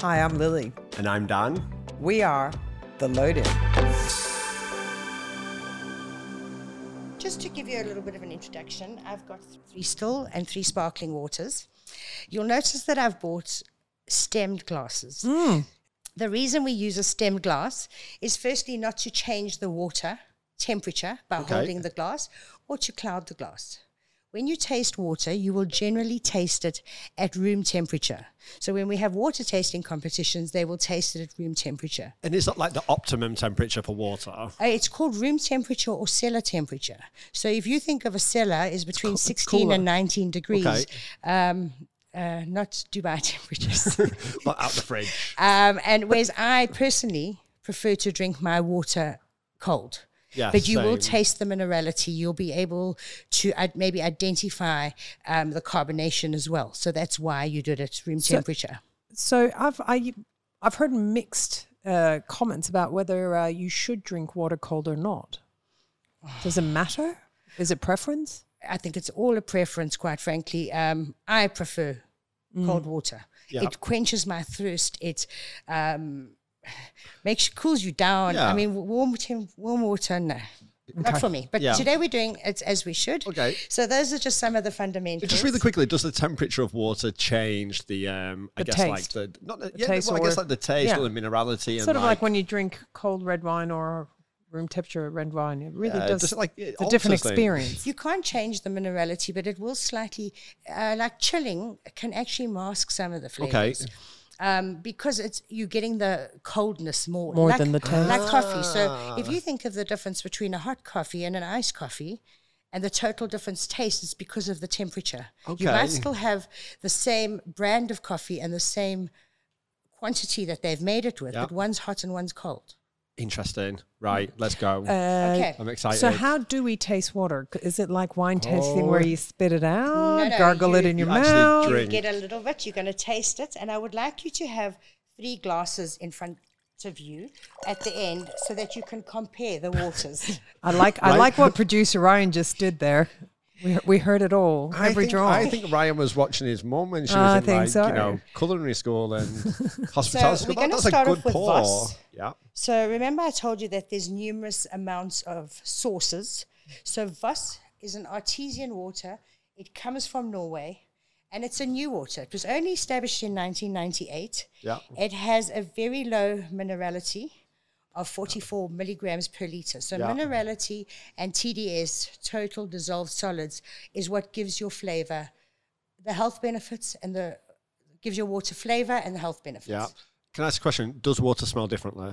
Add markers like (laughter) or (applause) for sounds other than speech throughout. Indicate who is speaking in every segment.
Speaker 1: Hi, I'm Lily.
Speaker 2: And I'm Don.
Speaker 1: We are The Loaded.
Speaker 3: Just to give you a little bit of an introduction, I've got three still and three sparkling waters. You'll notice that I've bought stemmed glasses. The reason we use a stemmed glass is firstly not to change the water temperature by holding the glass or to cloud the glass. When you taste water, you will generally taste it at room temperature. So when we have water tasting competitions, they will taste it at room temperature.
Speaker 2: And it's not like the optimum temperature for (laughs) water.
Speaker 3: Uh, it's called room temperature or cellar temperature. So if you think of a cellar is between 16
Speaker 2: cooler.
Speaker 3: and 19 degrees,
Speaker 2: Okay.
Speaker 3: um, uh, not Dubai (laughs) temperatures.
Speaker 2: Not out the fridge.
Speaker 3: um, and whereas I personally prefer to drink my water cold.
Speaker 2: Yeah,
Speaker 3: but you will
Speaker 2: same.
Speaker 3: taste the minerality. You'll be able to uh, maybe identify um, the carbonation as well. So that's why you did it room temperature.
Speaker 4: So I've I, I've heard mixed uh, comments about whether uh, you should drink water cold or not. Does it matter? Is it preference?
Speaker 3: I think it's all a preference, quite frankly. Um, I prefer cold water.
Speaker 2: Mm. Yeah.
Speaker 3: It quenches my thirst. It um, makes cools you down.
Speaker 2: Yeah.
Speaker 3: I mean, w- warm tem- warm water, no, not for me. But
Speaker 2: Yeah.
Speaker 3: today we're doing it as we should.
Speaker 2: Okay.
Speaker 3: So those are just some of the fundamentals.
Speaker 2: Just really quickly, does the temperature of water change the, um, I
Speaker 4: The
Speaker 2: guess,
Speaker 4: taste.
Speaker 2: like the, not the, yeah,
Speaker 4: taste
Speaker 2: well, I guess
Speaker 4: or-
Speaker 2: like the taste
Speaker 4: yeah.
Speaker 2: or the minerality and
Speaker 4: sort of like when you drink cold red wine or room temperature red wine. It really
Speaker 2: Yeah,
Speaker 4: does.
Speaker 2: just like it
Speaker 4: it's a different
Speaker 2: alters things. (laughs)
Speaker 4: experience.
Speaker 3: You can't change the minerality, but it will slightly, uh, like chilling, can actually mask some of the flavors. Um, because it's you're getting the coldness more,
Speaker 4: More
Speaker 3: like-
Speaker 4: than the taste.
Speaker 3: like coffee.
Speaker 2: Ah.
Speaker 3: So if you think of the difference between a hot coffee and an iced coffee, and the total difference taste is because of the temperature. You
Speaker 2: Okay.
Speaker 3: might still have the same brand of coffee and the same quantity that they've made it with,
Speaker 2: Yeah.
Speaker 3: but one's hot and one's cold.
Speaker 2: Interesting. Right, let's go.
Speaker 3: okay.
Speaker 2: I'm excited.
Speaker 4: Uh, So how do we taste water? C- Is it like wine tasting where
Speaker 2: Oh.
Speaker 4: you spit it out,
Speaker 3: no,
Speaker 4: gargle it
Speaker 3: you-
Speaker 4: in your
Speaker 2: You actually
Speaker 4: mouth?
Speaker 2: drink.
Speaker 3: you get a little bit. You're going to taste it, and I would like you to have three glasses in front of you at the end, so that you can compare the waters.
Speaker 4: I like I
Speaker 2: Right.
Speaker 4: like
Speaker 2: (laughs)
Speaker 4: what producer Ryan just did there. We, we heard it all.
Speaker 2: I
Speaker 4: every
Speaker 2: think,
Speaker 4: draw.
Speaker 2: I think Ryan was watching his mum when she was
Speaker 4: I
Speaker 2: in
Speaker 4: think
Speaker 2: like,
Speaker 4: so.
Speaker 2: you know, culinary
Speaker 4: (laughs)
Speaker 2: school and
Speaker 3: So we're
Speaker 2: hospitality school. That-
Speaker 3: gonna
Speaker 2: That's a
Speaker 3: start off
Speaker 2: good
Speaker 3: with
Speaker 2: pour.
Speaker 3: Voss.
Speaker 2: Yeah.
Speaker 3: so remember, I told you that there's numerous amounts of sources. So Voss is an artesian water. It comes from Norway, and it's a new water. It was only established in 1998.
Speaker 2: Yeah.
Speaker 3: It has a very low minerality of 44 milligrams per liter. So
Speaker 2: Yeah.
Speaker 3: minerality and TDS, total dissolved solids, is what gives your flavor the health benefits and the gives your water flavor and the health benefits.
Speaker 2: Yeah. Can I ask a question? Does water smell differently?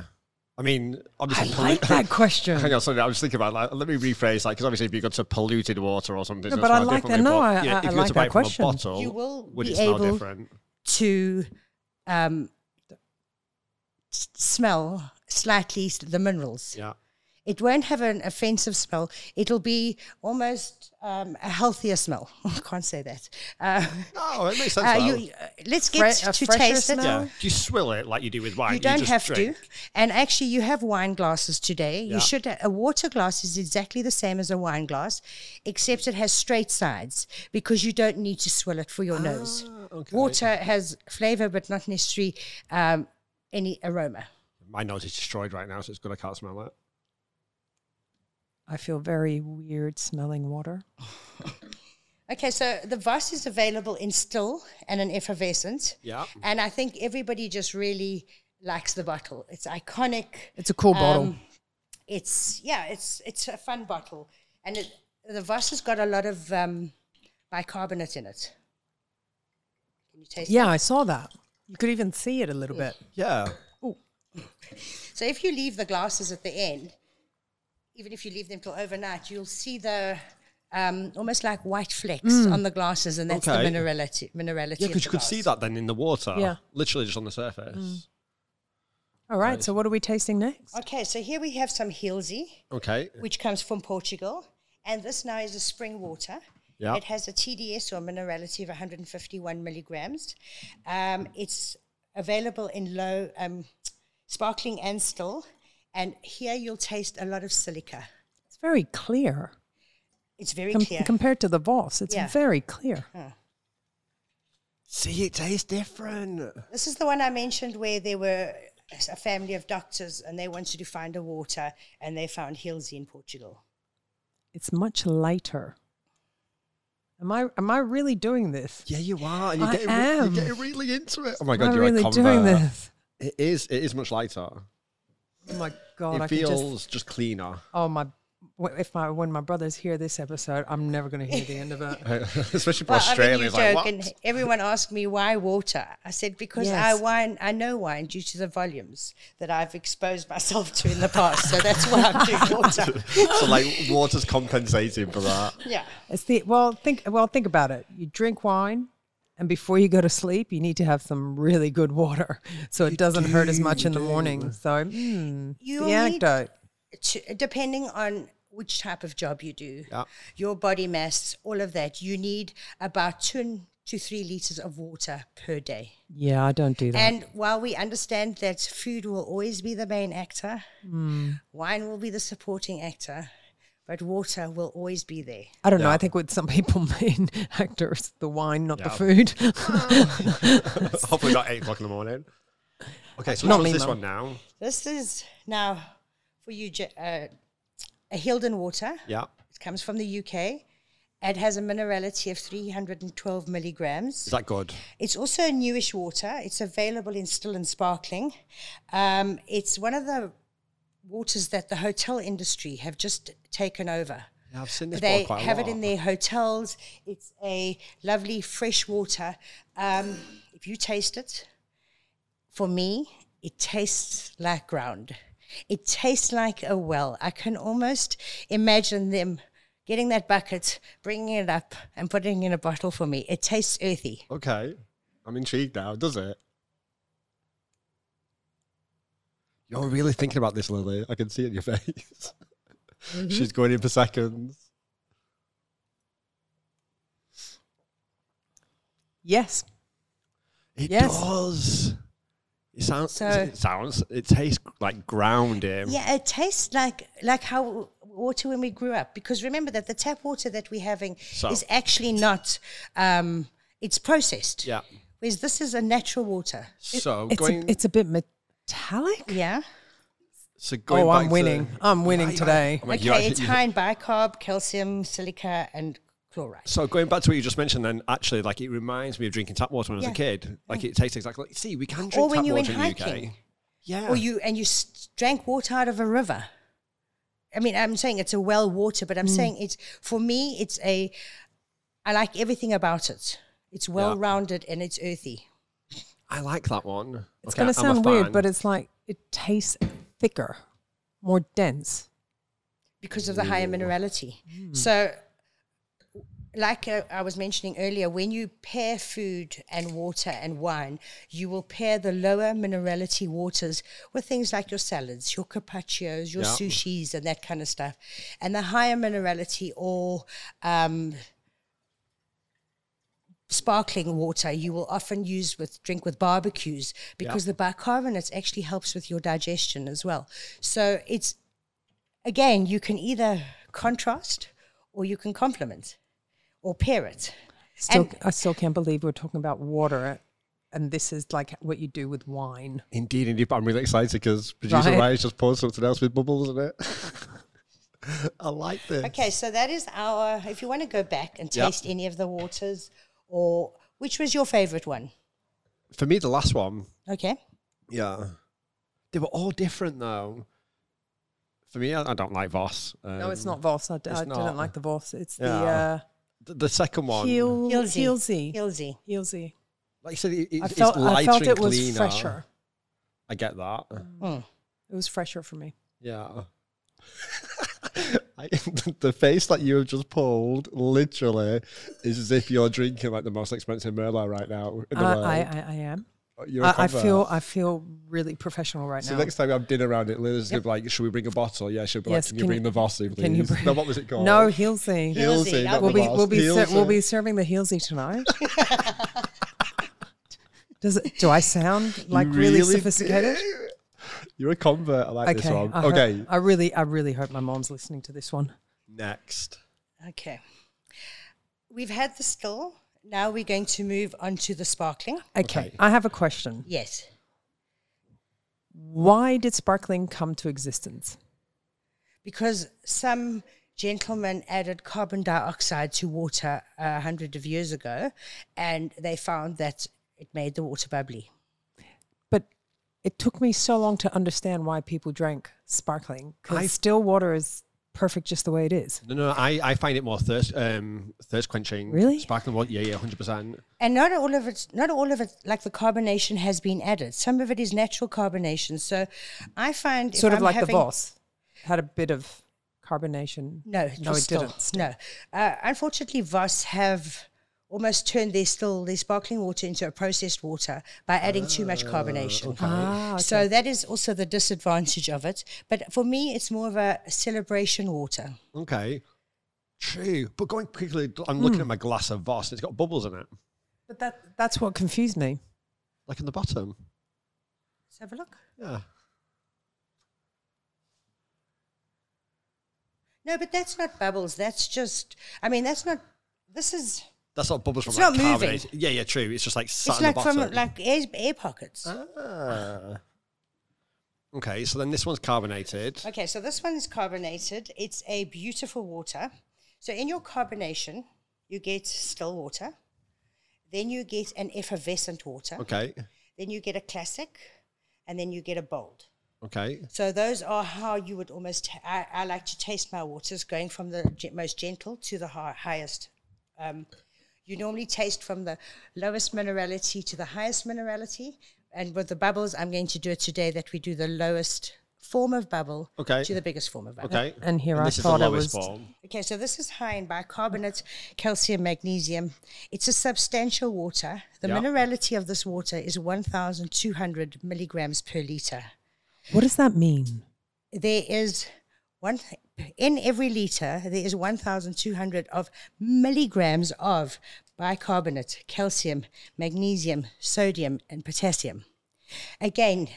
Speaker 2: I mean, obviously,
Speaker 4: I like
Speaker 2: pollu-
Speaker 4: that question.
Speaker 2: (laughs) Hang on, sorry. I was thinking about that. Let me rephrase that because obviously, if you go to polluted water or something,
Speaker 4: No,
Speaker 2: it'll
Speaker 4: but I
Speaker 2: smell
Speaker 4: like that.
Speaker 2: differently,
Speaker 4: No,
Speaker 2: but,
Speaker 4: I-
Speaker 2: you
Speaker 4: I-
Speaker 2: if
Speaker 4: I
Speaker 2: you were
Speaker 4: like
Speaker 2: to
Speaker 4: that
Speaker 2: buy it from
Speaker 4: question.
Speaker 2: a bottle,
Speaker 3: You will
Speaker 2: would
Speaker 3: be
Speaker 2: it smell
Speaker 3: able-
Speaker 2: different?
Speaker 3: To um, s- smell slightly s- the minerals.
Speaker 2: Yeah.
Speaker 3: It won't have an offensive smell. It'll be almost um, a healthier smell. (laughs) I can't say that. Uh,
Speaker 2: No, Oh, it makes sense.
Speaker 3: uh,
Speaker 2: though.
Speaker 3: you, uh, let's get
Speaker 4: Fre- a
Speaker 3: to
Speaker 4: fresher
Speaker 3: taste it.
Speaker 4: smell?
Speaker 2: yeah. Do you swill it like you do with wine?
Speaker 3: You don't
Speaker 2: just
Speaker 3: have
Speaker 2: drink?
Speaker 3: to. And actually, you have wine glasses today. You should. A water glass is exactly the same as a wine glass, except it has straight sides because you don't need to swill it for your
Speaker 2: Ah.
Speaker 3: nose. Water has flavor, but not necessarily um, any aroma.
Speaker 2: My nose is destroyed right now, so it's good I can't smell it.
Speaker 4: I feel very weird smelling water.
Speaker 3: Okay, so the Voss is available in still and an effervescent.
Speaker 2: Yeah.
Speaker 3: And I think everybody just really likes the bottle. It's iconic.
Speaker 4: It's a cool bottle.
Speaker 3: Um, it's yeah, it's it's a fun bottle, and it, the Voss has got a lot of um, bicarbonate in it. Can you taste?
Speaker 4: Yeah, I saw that. You could even see it a little bit.
Speaker 2: Yeah.
Speaker 3: it? So if you leave the glasses at the end, even if you leave them till overnight, you'll see the. Um, almost like white flecks on the glasses, and that's
Speaker 2: Mm. Okay.
Speaker 3: the minerality. Minerality.
Speaker 2: Yeah,
Speaker 3: of
Speaker 2: because
Speaker 3: the
Speaker 2: you could
Speaker 3: glass.
Speaker 2: see that then in the water.
Speaker 4: Yeah. Mm.
Speaker 2: Literally just on the surface.
Speaker 4: All right. So what are we tasting next?
Speaker 3: Okay, so here we have some Hilsey.
Speaker 2: Okay.
Speaker 3: which comes from Portugal. And this now is a spring water.
Speaker 2: Yeah.
Speaker 3: It has a TDS or minerality of 151 milligrams. Um, it's available in low, um, sparkling and still. And here you'll taste a lot of silica.
Speaker 4: It's very clear
Speaker 3: It's very
Speaker 4: Com-
Speaker 3: clear.
Speaker 4: compared to the Voss. It's
Speaker 3: Yeah.
Speaker 4: very clear.
Speaker 2: See, it tastes different.
Speaker 3: This is the one I mentioned where there were a family of doctors and they wanted to find a water and they found Hilsey in Portugal.
Speaker 4: It's much lighter. Am I am I really doing this?
Speaker 2: Yeah, you are. And you're,
Speaker 4: I
Speaker 2: getting, re- you're
Speaker 4: am.
Speaker 2: getting really into it. Oh my
Speaker 4: am
Speaker 2: god,
Speaker 4: I
Speaker 2: you're
Speaker 4: really
Speaker 2: a convert.
Speaker 4: doing this?
Speaker 2: It is. It is much lighter.
Speaker 4: Oh my god!
Speaker 2: it
Speaker 4: I
Speaker 2: feels
Speaker 4: Can just,
Speaker 2: just cleaner. (laughs)
Speaker 4: oh my! wh- If my when my brothers hear this episode, I'm never going to hear the end of it.
Speaker 2: Especially for
Speaker 3: Well, I mean, you
Speaker 2: Australians.
Speaker 3: joke,
Speaker 2: like, what?
Speaker 3: and everyone asked me why water. I said because
Speaker 4: Yes.
Speaker 3: I wine, I know wine due to the volumes that I've exposed myself to in the past, so that's why I'm
Speaker 2: (laughs)
Speaker 3: doing water.
Speaker 2: so like water's compensating for that. (laughs)
Speaker 3: Yeah,
Speaker 4: It's the well think well think about it. You drink wine, and before you go to sleep, you need to have some really good water, (laughs) so it doesn't hurt as much in the morning. So mm,
Speaker 3: You
Speaker 4: the
Speaker 3: will need-
Speaker 4: anecdote.
Speaker 3: to, depending on which type of job you do,
Speaker 2: Yeah.
Speaker 3: your body mass, all of that, you need about two to three liters of water per day.
Speaker 4: Yeah, I don't do that.
Speaker 3: And while we understand that food will always be the main actor, wine will be the supporting actor, but water will always be there.
Speaker 4: I don't know. I think what some people (laughs) mean actors, the wine, not the
Speaker 2: Yeah.
Speaker 4: food.
Speaker 2: (laughs)
Speaker 4: (laughs)
Speaker 2: Hopefully not eight o'clock in the morning. Okay, so
Speaker 4: Not
Speaker 2: what's
Speaker 4: me,
Speaker 2: this
Speaker 4: Mum.
Speaker 2: one now?
Speaker 3: This is now for you, Ja- uh, a Hilden water.
Speaker 2: Yeah.
Speaker 3: It comes from the UK. It has a minerality of 312 milligrams.
Speaker 2: Is that good?
Speaker 3: It's also a newish water. It's available in still and sparkling. Um, it's one of the waters that the hotel industry have just taken over.
Speaker 2: Yeah, I've seen this
Speaker 3: They
Speaker 2: bottle quite a
Speaker 3: have it
Speaker 2: lot.
Speaker 3: in their hotels. It's a lovely fresh water. Um, if you taste it, for me, it tastes like ground. It tastes like a well. I can almost imagine them getting that bucket, bringing it up, and putting it in a bottle for me. It tastes earthy.
Speaker 2: Okay. I'm intrigued now, does it? You're really thinking about this, Lily. I can see it in your (laughs) face.
Speaker 3: Mm-hmm.
Speaker 2: She's going in for seconds.
Speaker 4: yes.
Speaker 2: It
Speaker 4: Yes.
Speaker 2: does. It sounds.
Speaker 3: So-
Speaker 2: it sounds. It tastes like grounding.
Speaker 3: Yeah, it tastes like like how water when we grew up. Because remember that the tap water that we're having
Speaker 2: So-
Speaker 3: is actually not. Um, it's processed.
Speaker 2: Yeah.
Speaker 3: Whereas this is a natural water.
Speaker 2: So
Speaker 4: It's
Speaker 2: going.
Speaker 4: a, it's a bit metallic.
Speaker 3: Yeah.
Speaker 2: so going
Speaker 4: Oh,
Speaker 2: back
Speaker 4: I'm
Speaker 2: to-
Speaker 4: winning. I'm winning
Speaker 2: Yeah, yeah.
Speaker 4: today.
Speaker 2: Oh my- you
Speaker 3: okay,
Speaker 2: actually-
Speaker 3: it's high in bicarb, calcium, silica, and chloride.
Speaker 2: So going back to what you just mentioned, then actually, like it reminds me of drinking tap water when I
Speaker 3: Yeah.
Speaker 2: was a kid. Like it tastes exactly. Like, see, we can drink
Speaker 3: Or when
Speaker 2: tap
Speaker 3: you're in
Speaker 2: water in, the
Speaker 3: hiking,
Speaker 2: UK. Yeah.
Speaker 3: or you and you s- drank water out of a river. I mean, I'm saying it's a well water, but I'm saying it's for me. It's a. I like everything about it. It's well rounded and it's earthy.
Speaker 2: I like that one.
Speaker 4: It's
Speaker 2: Okay,
Speaker 4: going to
Speaker 2: I'm a
Speaker 4: sound weird,
Speaker 2: fan.
Speaker 4: but it's like it tastes thicker, more dense.
Speaker 3: because of the higher minerality. So, like uh, I was mentioning earlier, when you pair food and water and wine, you will pair the lower minerality waters with things like your salads, your carpaccios, your
Speaker 2: Yeah.
Speaker 3: sushis, and that kind of stuff. And the higher minerality or um, sparkling water you will often use with drink with barbecues because the bicarbonate actually helps with your digestion as well. So it's again, you can either contrast or you can complement or pair it.
Speaker 4: Still,
Speaker 3: And-
Speaker 4: I still can't believe we're talking about water, and this is like what you do with wine.
Speaker 2: Indeed, indeed. But I'm really excited because producer
Speaker 4: Right.
Speaker 2: Ryan's just poured something else with bubbles in it. (laughs) I like this.
Speaker 3: Okay, so that is our. If you want to go back and
Speaker 2: Yeah.
Speaker 3: taste any of the waters, or which was your favorite one?
Speaker 2: For me, the last one.
Speaker 3: Okay.
Speaker 2: Yeah. They were all different though. For me, I, I don't like Voss.
Speaker 4: no, it's
Speaker 2: Um,
Speaker 4: not Voss. I, d-
Speaker 2: it's
Speaker 4: I
Speaker 2: not.
Speaker 4: didn't like the uh, Voss. It's
Speaker 2: Yeah.
Speaker 4: the
Speaker 2: The, the second
Speaker 4: uh,
Speaker 2: one,
Speaker 4: Heel-
Speaker 3: Hilsey.
Speaker 4: Heelsy.
Speaker 3: Hilsey.
Speaker 4: Heelsy.
Speaker 2: like you said, it, it-
Speaker 4: I felt,
Speaker 2: it's lighter
Speaker 4: I felt
Speaker 2: and
Speaker 4: it was
Speaker 2: cleaner.
Speaker 4: fresher. Mm.
Speaker 2: I get that.
Speaker 3: Hmm.
Speaker 4: It was fresher for me.
Speaker 2: Yeah. (laughs) I, the face that you have just pulled literally is as if you're drinking like the most expensive Merlot right now in the
Speaker 4: I,
Speaker 2: world.
Speaker 4: Uh, I, I, I am.
Speaker 2: You're a
Speaker 4: I, I
Speaker 2: convert.
Speaker 4: feel I feel really professional right
Speaker 2: So
Speaker 4: now.
Speaker 2: next time we have dinner around it, Lily's gonna be like, "Should we bring a bottle?" Yeah, she'll be
Speaker 4: Yes,
Speaker 2: like, "Can,
Speaker 4: can
Speaker 2: you bring
Speaker 4: you-
Speaker 2: the Vossi, please?"
Speaker 4: (laughs) can you
Speaker 2: (laughs)
Speaker 4: bring-
Speaker 2: no, what was it called?
Speaker 4: no, Heelsy.
Speaker 2: Heelsy.
Speaker 3: Heelsy,
Speaker 2: not
Speaker 4: We'll
Speaker 2: the
Speaker 4: be
Speaker 2: Voss,
Speaker 4: we'll be ser- we'll
Speaker 2: Heelsy.
Speaker 4: be serving the Heelsy tonight. (laughs) Does it, do I sound like really,
Speaker 2: really
Speaker 4: sophisticated? uh-huh.
Speaker 2: do. (laughs) You're a convert. I like this one.
Speaker 4: I hope-
Speaker 2: okay,
Speaker 4: I really I really hope my mom's listening to this one.
Speaker 2: next.
Speaker 3: Okay. We've had the still. Now we're going to move on to the sparkling.
Speaker 4: Okay,
Speaker 2: Okay.
Speaker 4: I have a question.
Speaker 3: Yes.
Speaker 4: Why did sparkling come to existence?
Speaker 3: Because some gentleman added carbon dioxide to water a hundred of years ago, and they found that it made the water bubbly.
Speaker 4: But it took me so long to understand why people drank sparkling
Speaker 2: I-
Speaker 4: because still water is perfect just the way it is.
Speaker 2: No, no, I, I find it more thirst um, thirst quenching.
Speaker 4: Really?
Speaker 2: Sparkling water, yeah, yeah, hundred percent.
Speaker 3: And not all of it, not all of it, like the carbonation has been added. Some of it is natural carbonation. So I find if
Speaker 4: sort of
Speaker 3: I'm
Speaker 4: like the
Speaker 3: having-
Speaker 4: boss had a bit of carbonation.
Speaker 3: No, it
Speaker 4: no,
Speaker 3: was
Speaker 4: it
Speaker 3: still,
Speaker 4: didn't. still.
Speaker 3: No, uh, unfortunately, Voss have almost turned their still their sparkling water into a processed water by adding too much carbonation.
Speaker 4: Ah, okay.
Speaker 3: So that is also the disadvantage of it. But for me, it's more of a celebration water.
Speaker 2: Okay. True. But going quickly, I'm
Speaker 3: Hmm.
Speaker 2: looking at my glass of Voss. It's got bubbles in it,
Speaker 4: but that that's what confused me.
Speaker 2: like in the bottom.
Speaker 3: Let's have a look.
Speaker 2: Yeah.
Speaker 3: No, but that's not bubbles. That's just. I mean, that's not. This is.
Speaker 2: That's not bubbles from
Speaker 3: It's
Speaker 2: like
Speaker 3: not moving.
Speaker 2: carbonate. Yeah, yeah, true. It's just like sat
Speaker 3: it's
Speaker 2: in
Speaker 3: like
Speaker 2: the
Speaker 3: from
Speaker 2: bottom.
Speaker 3: like air, air pockets.
Speaker 2: Ah. Okay, so then this one's carbonated.
Speaker 3: Okay, so this one is carbonated. It's a beautiful water. So in your carbonation, you get still water, then you get an effervescent water,
Speaker 2: Okay.
Speaker 3: then you get a classic, and then you get a bold.
Speaker 2: Okay.
Speaker 3: So those are how you would almost. I, I like to taste my waters, going from the ge- most gentle to the hi- highest. Um, you normally taste from the lowest minerality to the highest minerality, and with the bubbles, I'm going to do it today. That we do the lowest form of bubble
Speaker 2: Okay.
Speaker 3: to the biggest form of bubble.
Speaker 2: Okay.
Speaker 4: And here I
Speaker 2: this
Speaker 4: thought
Speaker 2: is
Speaker 4: I
Speaker 2: the lowest
Speaker 4: was-
Speaker 2: form.
Speaker 3: Okay, so this is high in bicarbonate, calcium, magnesium. It's a substantial water. The
Speaker 2: Yeah.
Speaker 3: minerality of this water is 1,200 milligrams per liter.
Speaker 4: What does that mean?
Speaker 3: There is one in every liter. There is 1,200 of milligrams of bicarbonate, calcium, magnesium, sodium, and potassium. Again.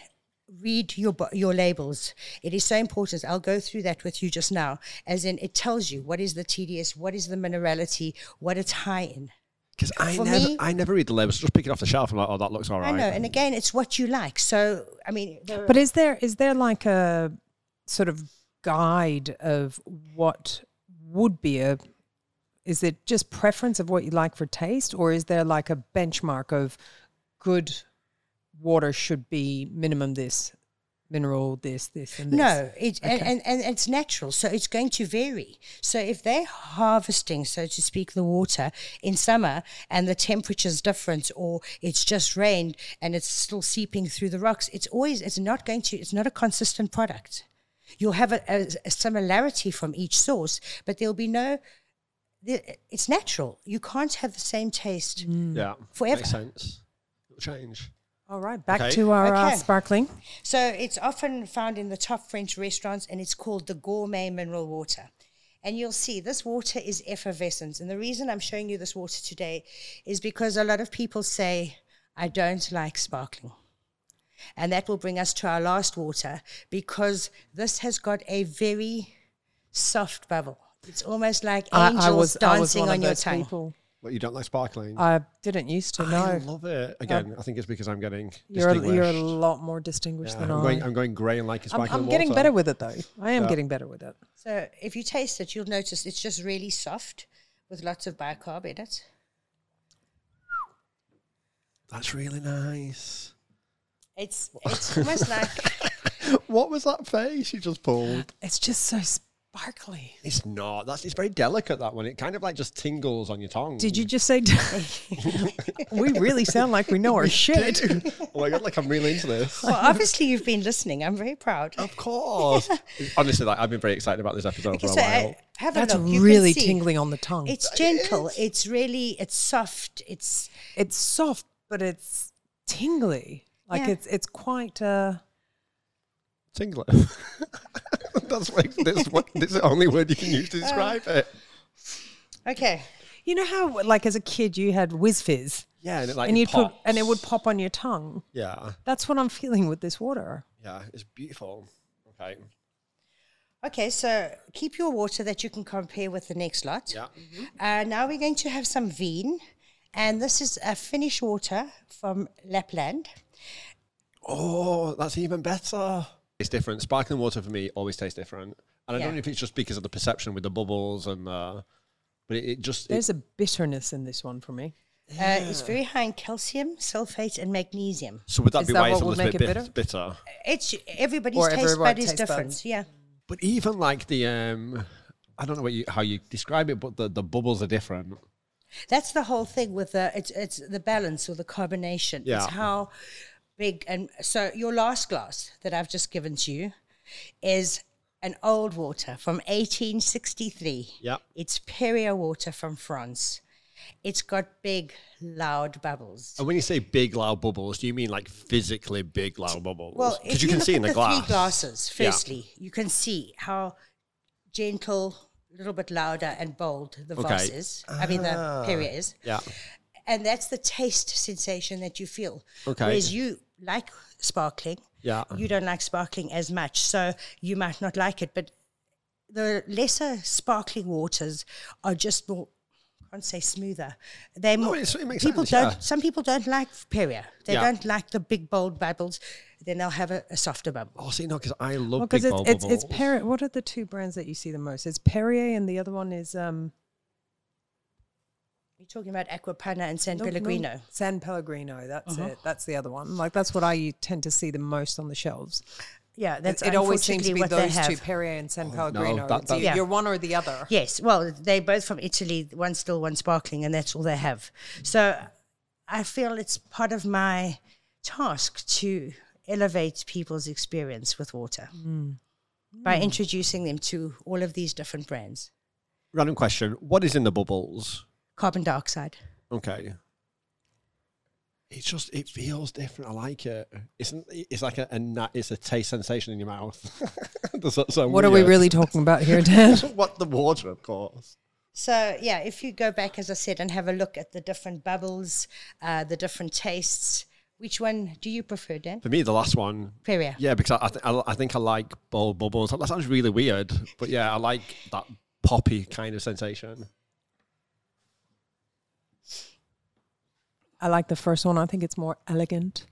Speaker 3: Read your bo- your labels. It is so important. I'll go through that with you just now. As in, it tells you what is the TDS, what is the minerality, what it's high in.
Speaker 2: Because I
Speaker 3: For
Speaker 2: never,
Speaker 3: me-
Speaker 2: I never read the labels. Just pick it off the shelf. I'm like, oh, that looks all right.
Speaker 3: I know. And again, it's what you like. So I mean, the-
Speaker 4: But is there is there like a sort of guide of what would be a is it just preference of what you like for taste or is there like a benchmark of good water should be minimum this mineral this this and this
Speaker 3: No, it, and, and, and it's natural, so it's going to vary. So if they're harvesting, so to speak, the water in summer and the temperature's different, or it's just rained and it's still seeping through the rocks, it's always it's not going to it's not a consistent product. You'll have a, a, a similarity from each source, but there'll be no. the- It's natural. You can't have the same taste.
Speaker 2: yeah,
Speaker 3: Forever.
Speaker 2: makes sense. It'll change.
Speaker 4: all right back
Speaker 2: Okay.
Speaker 4: to our uh,
Speaker 3: Okay.
Speaker 4: sparkling
Speaker 3: So it's often found in the top French restaurants and it's called the gourmet mineral water. And you'll see this water is effervescent. And the reason I'm showing you this water today is because a lot of people say, I don't like sparkling. And that will bring us to our last water because this has got a very soft bubble. It's almost like angels dancing on your tongue.
Speaker 4: people
Speaker 2: But you don't like sparkling.
Speaker 4: i didn't used to
Speaker 2: I
Speaker 4: know
Speaker 2: love it. Again, I think it's because I'm getting
Speaker 4: Um, you're a, you're a
Speaker 2: distinguished.
Speaker 4: lot more distinguished
Speaker 2: Yeah,
Speaker 4: than
Speaker 2: I'm
Speaker 4: i
Speaker 2: going, I'm going grey and like
Speaker 4: I'm,
Speaker 2: sparkling
Speaker 4: I'm getting
Speaker 2: water.
Speaker 4: better with it though. I am
Speaker 2: Yeah.
Speaker 4: getting better with it.
Speaker 3: So if you taste it, you'll notice it's just really soft with lots of bicarb in it.
Speaker 2: That's really nice.
Speaker 3: It's, it's almost like.
Speaker 2: (laughs) What was that face you just pulled?
Speaker 4: It's just so sparkly.
Speaker 2: It's not. That's it's very delicate that one. It kind of like just tingles on your tongue.
Speaker 4: Did
Speaker 2: (laughs)
Speaker 4: you just say? (laughs) we really sound like we know our shit.
Speaker 2: oh my god! Like I'm really into this.
Speaker 3: Well, obviously you've been listening. I'm very proud.
Speaker 4: Oh,
Speaker 2: Of course. Honestly, like I've been very excited about this episode for
Speaker 3: Okay,
Speaker 2: a
Speaker 3: so
Speaker 2: while.
Speaker 4: eh,
Speaker 3: uh,
Speaker 4: (laughs)
Speaker 3: have
Speaker 4: That's
Speaker 3: a look. You can
Speaker 4: really
Speaker 3: see.
Speaker 4: tingling on the tongue. It's,
Speaker 3: It's gentle. It's really. It's soft. It's
Speaker 4: soft, but it's tingly. Like
Speaker 3: Yeah.
Speaker 4: it's it's quite. Uh,
Speaker 2: Tingler. (laughs) That's like this. What, this is the only word you can use to
Speaker 4: (laughs)
Speaker 2: describe it.
Speaker 3: okay.
Speaker 4: you know how like as a kid you had whiz fizz
Speaker 2: Yeah, and it like
Speaker 4: and
Speaker 2: it
Speaker 4: you put and it
Speaker 2: pops.
Speaker 4: would pop on your tongue.
Speaker 2: Yeah,
Speaker 4: That's what I'm feeling with this water.
Speaker 2: yeah, it's beautiful. Okay,
Speaker 3: Okay. So keep your water that you can compare with the next lot.
Speaker 2: yeah.
Speaker 3: Uh, now we're going to have some veen, And this is a Finnish water from Lapland.
Speaker 2: Oh, that's even better. It's different. Sparkling water for me always tastes different, and I
Speaker 3: Yeah.
Speaker 2: don't know if it's just because of the perception with the bubbles and, uh, but it, it just it,
Speaker 4: There's a bitterness in this one for me.
Speaker 3: Uh, it's very high in calcium, sulfate, and magnesium.
Speaker 2: so would that
Speaker 4: Is
Speaker 2: be
Speaker 4: that
Speaker 2: why it's
Speaker 4: what
Speaker 2: a
Speaker 4: would
Speaker 2: little bit
Speaker 4: make it
Speaker 2: bit- bitter?
Speaker 3: It's everybody's
Speaker 4: Or
Speaker 3: taste
Speaker 4: everybody's
Speaker 3: bud is
Speaker 4: taste
Speaker 3: different.
Speaker 4: buds.
Speaker 3: Yeah.
Speaker 2: But even like the, um, I don't know what you, how you describe it, but the, the bubbles are different.
Speaker 3: That's the whole thing with the it's it's the balance or the carbonation.
Speaker 2: Yeah.
Speaker 3: It's how big and so your last glass that I've just given to you is an old water from 1863.
Speaker 2: Yeah.
Speaker 3: It's Perrier water from France. It's got big, loud bubbles.
Speaker 2: And when you say big loud bubbles, do you mean like physically big loud bubbles?
Speaker 3: Well, if
Speaker 2: you, can
Speaker 3: look
Speaker 2: see
Speaker 3: at
Speaker 2: in the,
Speaker 3: the
Speaker 2: glass.
Speaker 3: three glasses,
Speaker 2: Yeah.
Speaker 3: firstly, you can see how gentle, a little bit louder, and bold the
Speaker 2: Okay.
Speaker 3: Voss is. I mean, the Perrier is.
Speaker 2: Yeah.
Speaker 3: and that's the taste sensation that you feel.
Speaker 2: Okay.
Speaker 3: Whereas you like sparkling,
Speaker 2: Yeah.
Speaker 3: you don't like sparkling as much, so you might not like it. But the lesser sparkling waters are just more. I can't say smoother. They more
Speaker 2: it's- it makes
Speaker 3: people
Speaker 2: sense,
Speaker 3: don't.
Speaker 2: yeah.
Speaker 3: Some people don't like Perrier. They
Speaker 2: Yeah.
Speaker 3: don't like the big bold bubbles. Then they'll have a, a softer bubble.
Speaker 2: Oh, see, no, because I love
Speaker 4: Well,
Speaker 2: big
Speaker 4: because it's,
Speaker 2: bowl
Speaker 4: it's it's
Speaker 2: bubbles.
Speaker 4: Perrier. What are the two brands that you see the most? It's Perrier, and the other one is um
Speaker 3: You're talking about Aquapana and San
Speaker 4: no, no,
Speaker 3: Pellegrino. Uh-huh.
Speaker 4: San Pellegrino. That's it. That's the other one. Like that's what I tend to see the most on the shelves.
Speaker 3: Yeah,
Speaker 4: It,
Speaker 3: that's
Speaker 4: it always seems to
Speaker 3: unfortunately
Speaker 4: be
Speaker 3: what they
Speaker 4: those two,
Speaker 3: have.
Speaker 4: Perrier and San Pellegrino.
Speaker 2: Oh, that-
Speaker 4: It's e-
Speaker 2: that-
Speaker 3: Yeah.
Speaker 4: You're one or the other.
Speaker 3: Yes, well, they're both from Italy. One still, one sparkling, and that's all they have. So I feel it's part of my task to elevate people's experience with water by introducing them to all of these different brands.
Speaker 2: Random question: What is in the bubbles?
Speaker 3: Carbon dioxide.
Speaker 2: Okay. It's just it feels different. I like it. It's it's like a, a na- it's a taste sensation in your mouth. (laughs) Does that sound
Speaker 4: What are we
Speaker 2: weird?
Speaker 4: really talking about here, Dan?
Speaker 3: (laughs)
Speaker 2: what the water, of course.
Speaker 3: So yeah, if you go back, as I said, and have a look at the different bubbles, uh, the different tastes. Which one do you prefer, Dan?
Speaker 2: For me, the last one.
Speaker 3: Perrier.
Speaker 2: Yeah, because I I, th- I, I think I like bowl bubbles. That sounds really weird, but yeah, I like that poppy kind of sensation.
Speaker 4: I like the first one. I think it's more elegant.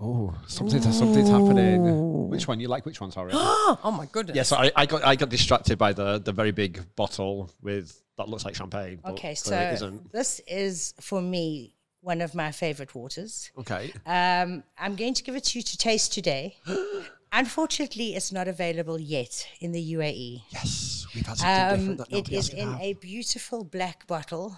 Speaker 2: Oh, something's something's happening. Which one you like? Which one?
Speaker 4: (gasps)
Speaker 2: Sorry.
Speaker 4: Oh my goodness.
Speaker 2: yeah, so I, I got I got distracted by the the very big bottle with that looks like champagne. But
Speaker 3: Okay, so
Speaker 2: clearly it isn't.
Speaker 3: this is for me one of my favorite waters.
Speaker 2: Okay.
Speaker 3: Um, I'm going to give it to you to taste today. Unfortunately, it's not available yet in the UAE.
Speaker 2: Yes, we've had
Speaker 3: Um, it is in a beautiful black bottle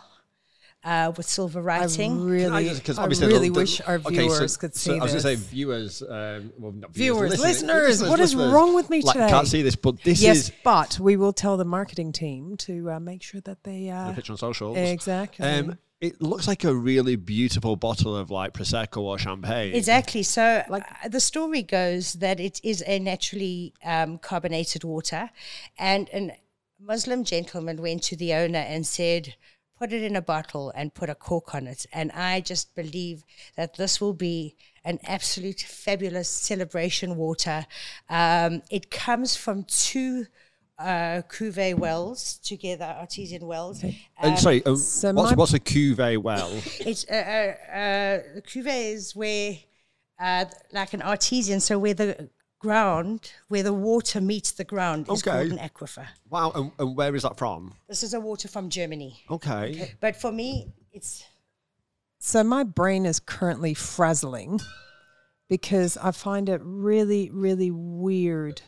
Speaker 3: uh, with silver
Speaker 4: I
Speaker 3: writing.
Speaker 4: really, I really wish our viewers could see
Speaker 2: I was
Speaker 4: this.
Speaker 2: going to say viewers, um, well, not
Speaker 4: Viewers,
Speaker 2: viewers,
Speaker 4: listeners, what is wrong with me
Speaker 2: like,
Speaker 4: today?
Speaker 2: Can't see this, but this
Speaker 4: yes,
Speaker 2: is
Speaker 4: but we will tell the marketing team to uh, make sure that they. Uh,
Speaker 2: the picture on socials.
Speaker 4: Exactly.
Speaker 2: Um, it looks like a really beautiful bottle of like prosecco or champagne.
Speaker 3: Exactly. So, uh, the story goes that it is a naturally um, carbonated water, and an Muslim gentleman went to the owner and said, "Put it in a bottle and put a cork on it." And I just believe that this will be an absolute fabulous celebration water. Um, it comes from two. Uh, cuvee wells together, artesian wells.
Speaker 2: And sorry, um,
Speaker 4: uh, so
Speaker 2: what's,
Speaker 4: my-
Speaker 2: what's a cuvee well?
Speaker 3: It's uh, uh, uh, the cuvee is where, uh, like an artesian, so where the ground, where the water meets the ground, is called
Speaker 2: Okay.
Speaker 3: an aquifer.
Speaker 2: wow, and, and where is that from?
Speaker 3: This is a water from Germany,
Speaker 2: Okay.
Speaker 3: but for me, it's
Speaker 4: so my brain is currently frazzling because I find it really, really weird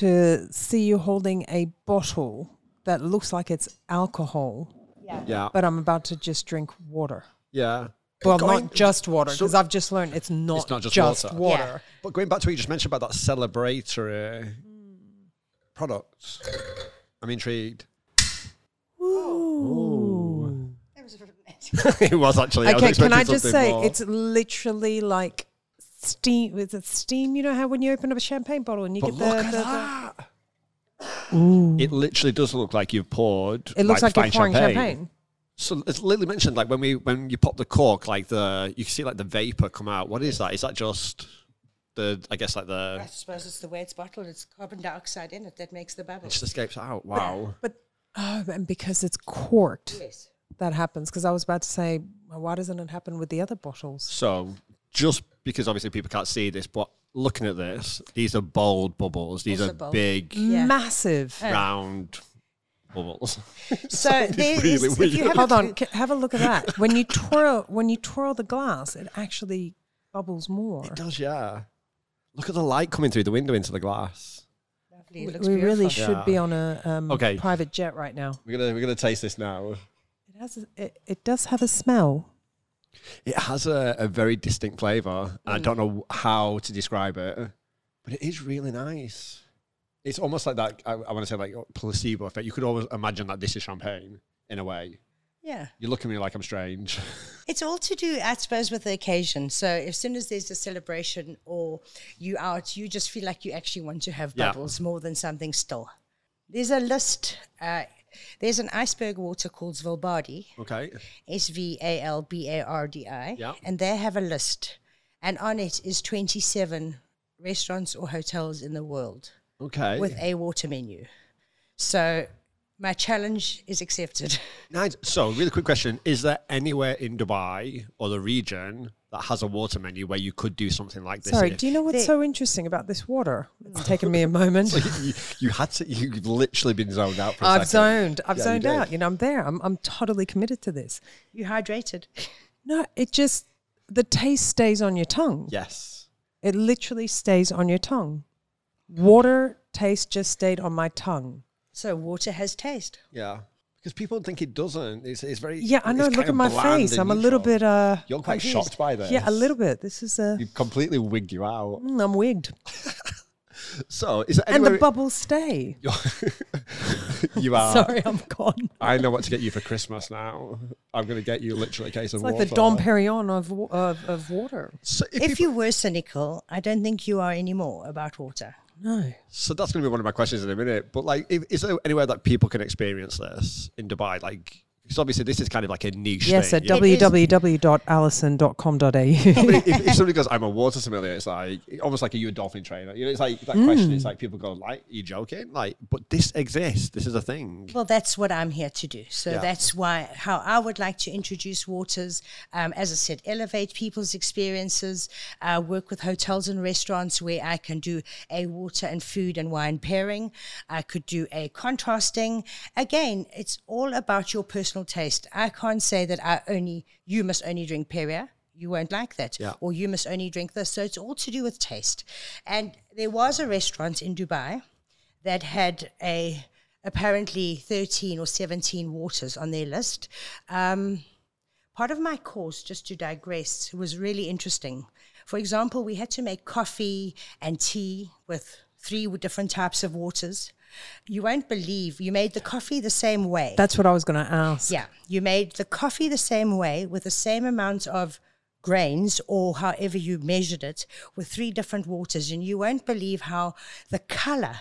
Speaker 4: to see you holding a bottle that looks like it's alcohol,
Speaker 2: Yeah.
Speaker 4: but I'm about to just drink water.
Speaker 2: yeah.
Speaker 4: Well,
Speaker 2: Going-
Speaker 4: not just water,
Speaker 2: so-
Speaker 4: because I've just learned it's not,
Speaker 2: not just water.
Speaker 4: water.
Speaker 2: But going back to what you just mentioned about that celebratory product, I'm intrigued. (laughs) it was actually. I was
Speaker 4: Okay, can
Speaker 2: expecting
Speaker 4: I just
Speaker 2: something
Speaker 4: say
Speaker 2: more.
Speaker 4: it's literally like steam? Is it steam? You know how when you open up a champagne bottle and you
Speaker 2: But
Speaker 4: get
Speaker 2: look
Speaker 4: the,
Speaker 2: at
Speaker 4: the- the-
Speaker 2: that. It literally does look like you've poured.
Speaker 4: it looks like,
Speaker 2: fine
Speaker 4: you're pouring champagne.
Speaker 2: So it's literally mentioned, like when we when you pop the cork, like the you can see like the vapor come out. What is that? Is that just the? I guess like
Speaker 3: I
Speaker 2: the.
Speaker 3: suppose it's the way it's bottled. It's carbon dioxide in it that makes the
Speaker 2: It
Speaker 3: bubbles.
Speaker 2: just escapes out. Wow.
Speaker 4: But oh, and because it's corked,
Speaker 3: Yes.
Speaker 4: that happens because I was about to say, well, why doesn't it happen with the other bottles?
Speaker 2: So just because obviously people can't see this, but looking at this, these are bold bubbles. These
Speaker 3: Those
Speaker 2: are
Speaker 3: are bold.
Speaker 2: big,
Speaker 3: Yeah. Uh,
Speaker 4: Massive.
Speaker 2: (laughs) round bubbles.
Speaker 4: (laughs)
Speaker 3: So
Speaker 2: (laughs) Sounded
Speaker 3: there
Speaker 2: really
Speaker 3: is- Uh, if
Speaker 2: weird.
Speaker 3: you have
Speaker 4: Hold
Speaker 3: a
Speaker 4: on, c- have a look at that. When you twirl, when you twirl the glass, it actually bubbles more.
Speaker 2: It does, yeah. Look at the light coming through the window into the glass.
Speaker 3: Lovely,
Speaker 4: We
Speaker 3: it looks
Speaker 4: we really
Speaker 3: beautiful.
Speaker 4: should
Speaker 2: Yeah.
Speaker 4: be on a um,
Speaker 2: Okay.
Speaker 4: private jet right now.
Speaker 2: We're gonna we're gonna taste this now.
Speaker 4: It has, a, it, it does have a smell.
Speaker 2: It has a, a very distinct flavour.
Speaker 3: Mm.
Speaker 2: I don't know how to describe it, but it is really nice. It's almost like that. I, I want to say like placebo effect. You could always imagine that this is champagne in a way.
Speaker 3: Yeah.
Speaker 2: You look at me like I'm strange.
Speaker 3: It's all to do, I suppose, with the occasion. So as soon as there's a celebration or you out, you just feel like you actually want to have
Speaker 2: Yeah.
Speaker 3: bubbles more than something still. There's a list. Uh, there's an iceberg water called Svalbardi,
Speaker 2: Okay.
Speaker 3: S V A L B A R D I,
Speaker 2: Yeah.
Speaker 3: and they have a list, and on it is 27 restaurants or hotels in the world
Speaker 2: Okay.
Speaker 3: with a water menu. So my challenge is accepted. (laughs)
Speaker 2: Nice. So, really quick question: Is there anywhere in Dubai or the region that has a water menu where you could do something like this?
Speaker 4: Sorry,
Speaker 2: if-
Speaker 4: do you know what's
Speaker 3: They-
Speaker 4: so interesting about this water? It's
Speaker 3: (laughs)
Speaker 4: taken me a moment.
Speaker 2: (laughs) you, you had to. You've literally been zoned out. For a
Speaker 4: I've
Speaker 2: second.
Speaker 4: zoned. I've
Speaker 2: Yeah, you
Speaker 4: zoned
Speaker 2: did.
Speaker 4: out. You know, I'm there. I'm, I'm totally committed to this.
Speaker 3: You hydrated.
Speaker 4: No, it just, the taste stays on your tongue.
Speaker 2: Yes.
Speaker 4: It literally stays on your tongue. Water taste just stayed on my tongue.
Speaker 3: So water has taste.
Speaker 2: Yeah. Because people think it doesn't. It's, it's very.
Speaker 4: Yeah, I know.
Speaker 2: it's
Speaker 4: Look
Speaker 2: kind
Speaker 4: at
Speaker 2: of
Speaker 4: my
Speaker 2: bland
Speaker 4: face.
Speaker 2: and
Speaker 4: I'm a little
Speaker 2: neutral.
Speaker 4: bit. uh
Speaker 2: You're quite
Speaker 4: confused.
Speaker 2: shocked by this.
Speaker 4: Yeah, a little bit. This is a.
Speaker 2: You completely wigged you out.
Speaker 4: Mm, I'm wigged.
Speaker 2: So is there
Speaker 4: And
Speaker 2: anywhere
Speaker 4: the bubbles stay.
Speaker 2: (laughs) you
Speaker 4: (laughs)
Speaker 2: are?
Speaker 4: Sorry, I'm gone.
Speaker 2: I know what to get you for Christmas now. I'm going to get you literally a case of
Speaker 4: It's like
Speaker 2: water.
Speaker 4: the Dom Perignon of, wa- of, of water.
Speaker 2: So, if
Speaker 3: If
Speaker 2: you,
Speaker 3: you were cynical, I don't think you are anymore about water.
Speaker 4: No.
Speaker 2: so that's going to be one of my questions in a minute. But like, if, is there anywhere that people can experience this in Dubai? Like, because obviously this is kind of like a niche.
Speaker 4: Yes,
Speaker 2: thing.
Speaker 4: at
Speaker 2: yeah?
Speaker 3: It is-
Speaker 4: www.allison.com.au.
Speaker 2: But if, if somebody goes, I'm a water sommelier, it's like almost like are you a dolphin trainer? You know, it's like that question. It's like people go, like, you joking? Like, but this exists. This is a thing.
Speaker 3: Well, that's what I'm here to do. So
Speaker 2: Yeah.
Speaker 3: that's why how I would like to introduce waters. Um, as I said, elevate people's experiences. Uh, work with hotels and restaurants where I can do a water and food and wine pairing. I could do a contrasting. Again, it's all about your personal taste. I can't say that I only you must only drink Perrier. You won't like that,
Speaker 2: Yeah.
Speaker 3: or you must only drink this. So it's all to do with taste. And there was a restaurant in Dubai that had a apparently 13 or 17 waters on their list. Um, part of my course, just to digress, was really interesting. For example, we had to make coffee and tea with three different types of waters. You won't believe you made the coffee the same way.
Speaker 4: (laughs) That's what I was going to ask.
Speaker 3: Yeah, you made the coffee the same way with the same amount of grains or however you measured it with three different waters, and you won't believe how the color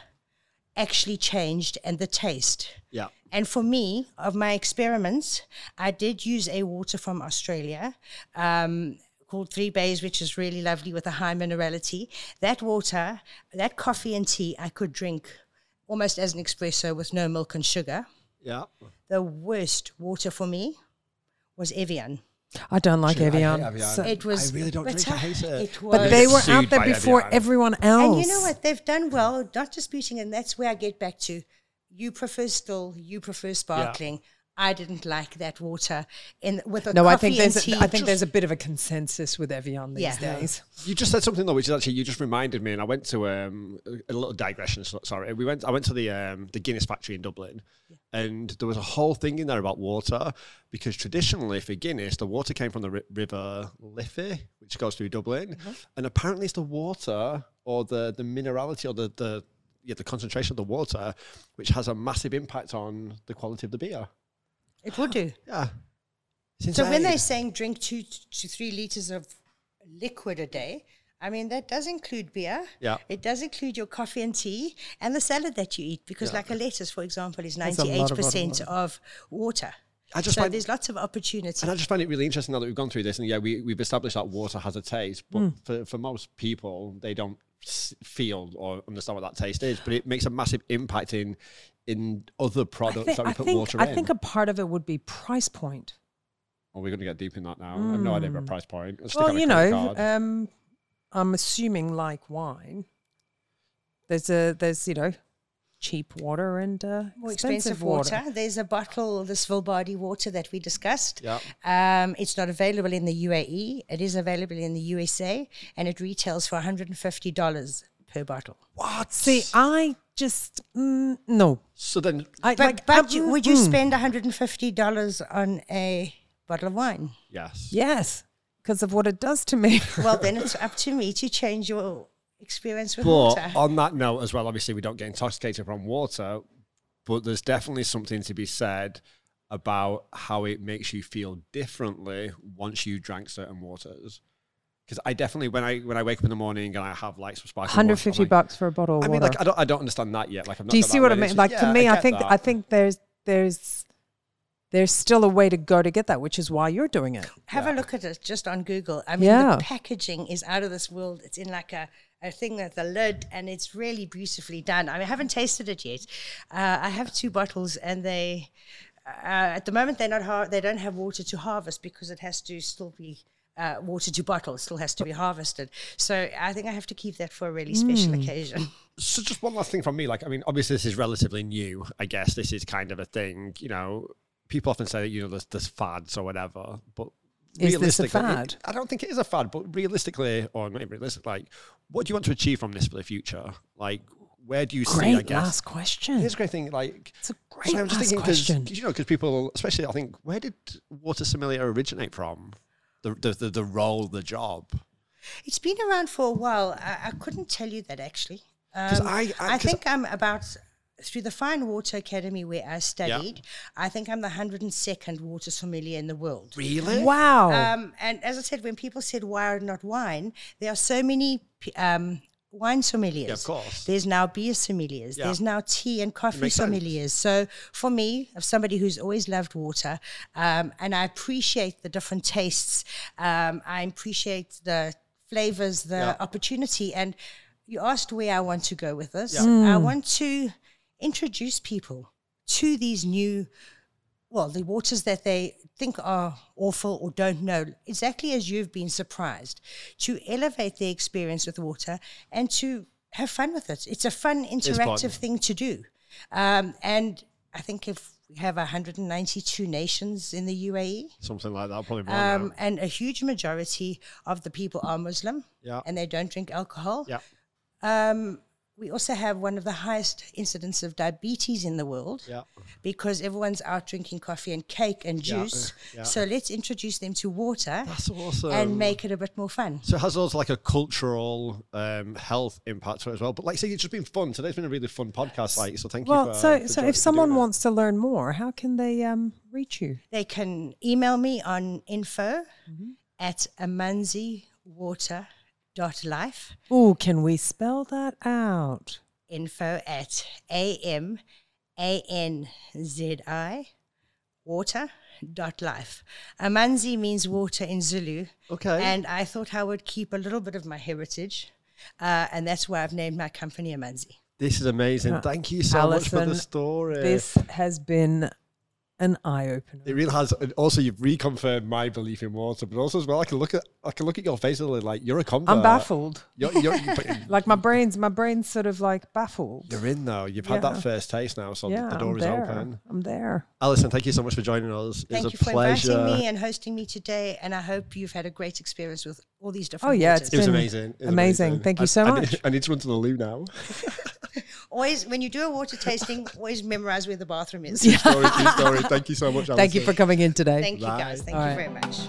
Speaker 3: actually changed and the taste.
Speaker 2: Yeah.
Speaker 3: And for me, of my experiments, I did use a water from Australia um, called Three Bays, which is really lovely with a high minerality. That water, that coffee and tea, I could drink almost as an espresso with no milk and sugar
Speaker 2: Yeah.
Speaker 3: the worst water for me was Evian.
Speaker 4: I don't like
Speaker 2: Actually, I hate
Speaker 4: Evian.
Speaker 2: Evian.
Speaker 4: so-
Speaker 3: It was
Speaker 2: I really don't drink, I
Speaker 3: bitter.
Speaker 2: hate it.
Speaker 3: was,
Speaker 4: but they were
Speaker 2: sued
Speaker 4: out there
Speaker 2: by
Speaker 4: before
Speaker 2: Evian.
Speaker 4: everyone else.
Speaker 3: and you know what? They've done well, not disputing, and that's where I get back to you prefer still, you prefer sparkling. I didn't like that water in with a
Speaker 4: No,
Speaker 3: coffee
Speaker 4: I think
Speaker 3: and
Speaker 4: there's
Speaker 3: tea.
Speaker 4: a, I think there's a bit of a consensus with Evian these
Speaker 3: Yeah. Yeah.
Speaker 4: days.
Speaker 2: You just said something though, which is actually you just reminded me, and I went to um, a little digression. so- Sorry, we went. I went to the um, the Guinness factory in Dublin, and there was a whole thing in there about water because traditionally for Guinness, the water came from the ri- river Liffey, which goes through Dublin,
Speaker 3: Mm-hmm.
Speaker 2: and apparently it's the water or the the minerality or the the yeah, the concentration of the water, which has a massive impact on the quality of the beer.
Speaker 3: it will do.
Speaker 2: Yeah. It's
Speaker 3: So when
Speaker 2: insane.
Speaker 3: they're saying drink two to three liters of liquid a day, I mean that does include beer.
Speaker 2: Yeah.
Speaker 3: It does include your coffee and tea and the salad that you eat because, like a lettuce, for example, is
Speaker 4: That's a lot of
Speaker 3: ninety-eight percent
Speaker 4: water.
Speaker 3: of water.
Speaker 2: I just
Speaker 3: so
Speaker 2: find-
Speaker 3: there's lots of opportunity.
Speaker 2: And I just find it really interesting
Speaker 4: Hmm.
Speaker 2: now that we've gone through this, and yeah, we, we've established that water has a taste, but for, for most people, they don't s- feel or understand what that taste is, but it makes a massive impact in in other products
Speaker 4: I think,
Speaker 2: that we
Speaker 4: I,
Speaker 2: put
Speaker 4: think,
Speaker 2: water
Speaker 4: I
Speaker 2: in.
Speaker 4: think a part of it would be price point.
Speaker 2: oh, we're going to get deep in that now. I have no idea about price point. Let's stick
Speaker 4: Hmm. well,
Speaker 2: on a
Speaker 4: you
Speaker 2: credit
Speaker 4: know,
Speaker 2: card.
Speaker 4: um, I'm assuming like wine. There's a there's you know, cheap water and uh,
Speaker 3: More expensive water. Therever There's a bottle, the Svalbardi water that we discussed.
Speaker 2: Yeah.
Speaker 3: Um, it's not available in the UAE. It is available in the USA, and it retails for $150 per bottle.
Speaker 4: What? See, I just mm, no.
Speaker 2: so then,
Speaker 4: I,
Speaker 3: But,
Speaker 4: like,
Speaker 3: but
Speaker 4: I-
Speaker 3: you, would you
Speaker 4: mm,
Speaker 3: spend $150 on a bottle of wine?
Speaker 2: yes.
Speaker 4: Yes, because of what it does to me.
Speaker 3: (laughs) Well, then it's up to me to change your experience with
Speaker 2: But
Speaker 3: water.
Speaker 2: on that note as well, obviously we don't get intoxicated from water, but there's definitely something to be said about how it makes you feel differently once you drank certain waters. Because I definitely, when I when I wake up in the morning and I have like some sparkling, water, I'm
Speaker 4: 150
Speaker 2: like-
Speaker 4: bucks for a bottle of
Speaker 2: I
Speaker 4: water.
Speaker 2: mean, like I don't, I don't understand that yet. Like, I'm not
Speaker 4: Do you
Speaker 2: got
Speaker 4: see
Speaker 2: that
Speaker 4: what I mean?
Speaker 2: relationship.
Speaker 4: Like to
Speaker 2: Yeah,
Speaker 4: me, I,
Speaker 2: get
Speaker 4: think
Speaker 2: that.
Speaker 4: I think there's there's there's still a way to go to get that, which is why you're doing it.
Speaker 3: Have a look at it just on Google. I mean,
Speaker 4: Yeah.
Speaker 3: the packaging is out of this world. It's in like a, a thing with a lid, and it's really beautifully done. I, mean, I haven't tasted it yet. Uh, I have two bottles, and they uh, at the moment they're not har- they don't have water to harvest because it has to still be. Uh, water to bottle still has to be harvested, so I think I have to keep that for a really special occasion.
Speaker 2: So just one last thing from me. Like, I mean, obviously this is relatively new. I guess this is kind of a thing. You know, people often say that you know there's, there's fads or whatever, but
Speaker 4: Is this a
Speaker 2: realistically, it-
Speaker 4: fad?
Speaker 2: I don't think it is a fad. But realistically, or maybe realistic, like, what do you want to achieve from this for the future? Like, where do you see? I
Speaker 4: Great
Speaker 2: guess.
Speaker 4: last question.
Speaker 2: Here's a great thing, like
Speaker 4: It's a great last
Speaker 2: because
Speaker 4: question.
Speaker 2: you know, because people, especially, I think, where did water sommelier originate from? The the the, the role, the job.
Speaker 3: It's been around for a while. I, I couldn't tell you that actually.
Speaker 2: 'Cause
Speaker 3: Um,
Speaker 2: I- I- 'cause
Speaker 3: think I'm about through the Fine Water Academy where I studied. I think I'm the hundred and second water sommelier in the world.
Speaker 2: Really?
Speaker 4: wow.
Speaker 3: Um, and as I said, when people said why not wine, there are so many p- um, wine sommeliers.
Speaker 2: Yeah, of course.
Speaker 3: There's now beer sommeliers.
Speaker 2: Yeah.
Speaker 3: There's now tea and coffee
Speaker 2: makes sense.
Speaker 3: sommeliers. So for me, as somebody who's always loved water, um, and I appreciate the different tastes, um, I appreciate the flavors, the
Speaker 2: Yeah.
Speaker 3: opportunity. And you asked where I want to go with this. I want to introduce people to these new well, the waters that they think are awful or don't know, exactly as you've been surprised, to elevate their experience with water and to have fun with it. It's a fun,
Speaker 2: fun.
Speaker 3: interactive thing to do. Um, and I think if we have 192 nations in the UAE,
Speaker 2: Something like that, probably more. now.
Speaker 3: um, and a huge majority of the people are Muslim
Speaker 2: Yeah.
Speaker 3: and they don't drink alcohol.
Speaker 2: Yeah.
Speaker 3: Um, we also have one of the highest incidents of diabetes in the world
Speaker 2: Yeah.
Speaker 3: because everyone's out drinking coffee and cake and
Speaker 2: Yeah, uh,
Speaker 3: juice.
Speaker 2: yeah.
Speaker 3: So let's introduce them to water
Speaker 2: That's awesome.
Speaker 3: and make it a bit more fun.
Speaker 2: So it has also like a cultural um, health impact to it as well. But like, say, it's just been fun. Today's been a really fun podcast. Like, so thank you.
Speaker 4: well,
Speaker 2: For,
Speaker 4: so
Speaker 2: for
Speaker 4: so
Speaker 2: joining-
Speaker 4: if
Speaker 2: for
Speaker 4: someone
Speaker 2: doing it.
Speaker 4: wants to learn more, how can they um, reach you?
Speaker 3: They can email me on info
Speaker 2: Mm-hmm.
Speaker 3: at amanziwater.life,
Speaker 4: Oh, can we spell that out?
Speaker 3: info at a m a n z i water dot life. Amanzi means water in Zulu.
Speaker 2: okay,
Speaker 4: Eh.
Speaker 3: And I thought I would keep a little bit of my heritage. Uh, and that's why I've named my company Amanzi.
Speaker 2: this is amazing.
Speaker 4: Uh,
Speaker 2: Thank you so much for
Speaker 4: Alison,
Speaker 2: the story.
Speaker 4: This has been an eye opener.
Speaker 2: it really has. And also, you've reconfirmed my belief in water, but also as well, I can look at I can look at your face and like you're a convert.
Speaker 4: I'm baffled.
Speaker 2: You're, you're, but
Speaker 4: (laughs) Like my brain's my brain's sort of like baffled.
Speaker 2: you're in now. You've had
Speaker 4: Yeah.
Speaker 2: that first taste now, so
Speaker 4: Yeah,
Speaker 2: the door
Speaker 4: I'm
Speaker 2: is
Speaker 4: there.
Speaker 2: open.
Speaker 4: I'm there.
Speaker 2: Alison, thank you so much for joining us. it
Speaker 3: Thank
Speaker 2: was
Speaker 3: you
Speaker 2: a
Speaker 3: for
Speaker 2: pleasure.
Speaker 3: inviting me and hosting me today. And I hope you've had a great experience with all these
Speaker 4: Oh
Speaker 3: different.
Speaker 4: yeah,
Speaker 3: waters.
Speaker 4: it's
Speaker 2: it was
Speaker 4: been
Speaker 2: amazing. It was
Speaker 4: amazing. Thank you
Speaker 2: I-
Speaker 4: so
Speaker 2: I
Speaker 4: much.
Speaker 2: Need, I need to run to the loo now.
Speaker 3: always when you do a water tasting, always memorize where the
Speaker 4: (laughs)
Speaker 3: bathroom is.
Speaker 2: Story, true story. Thank you so much. Alison.
Speaker 4: Thank you for coming in today.
Speaker 3: Thank you
Speaker 2: Bye.
Speaker 3: guys. Thank
Speaker 4: All
Speaker 3: you
Speaker 4: right.
Speaker 3: very much.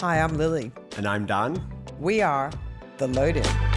Speaker 1: Hi, I'm Lily.
Speaker 2: And I'm Dan.
Speaker 1: We are The Loaded.